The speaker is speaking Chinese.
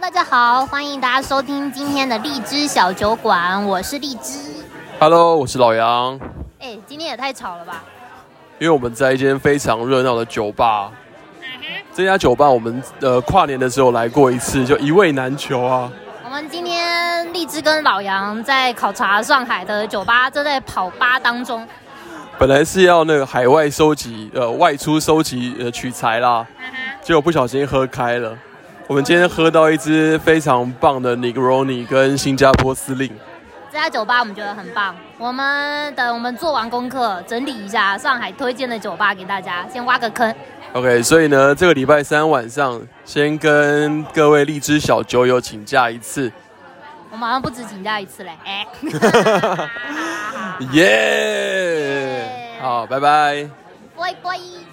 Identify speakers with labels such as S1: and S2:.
S1: 大家好，欢迎大家收听今天的荔枝小酒馆，我是荔枝。
S2: Hello，我是老杨。
S1: 哎、今天也太吵了吧！
S2: 因为我们在一间非常热闹的酒吧，这家酒吧我们呃跨年的时候来过一次，就一味难求啊。
S1: 我们今天荔枝跟老杨在考察上海的酒吧，正在跑吧当中。
S2: 本来是要那个海外收集，呃，外出收集呃取材啦，结果不小心喝开了。我们今天喝到一支非常棒的 Negroni 跟新加坡司令，
S1: 这家酒吧我们觉得很棒，我们等我们做完功课，整理一下上海推荐的酒吧给大家，先挖个坑。
S2: OK，所以呢，这个礼拜三晚上先跟各位荔枝小酒友请假一次，
S1: 我们好像不止请假一次嘞，哎、
S2: 耶、好，拜拜。
S1: 拜拜。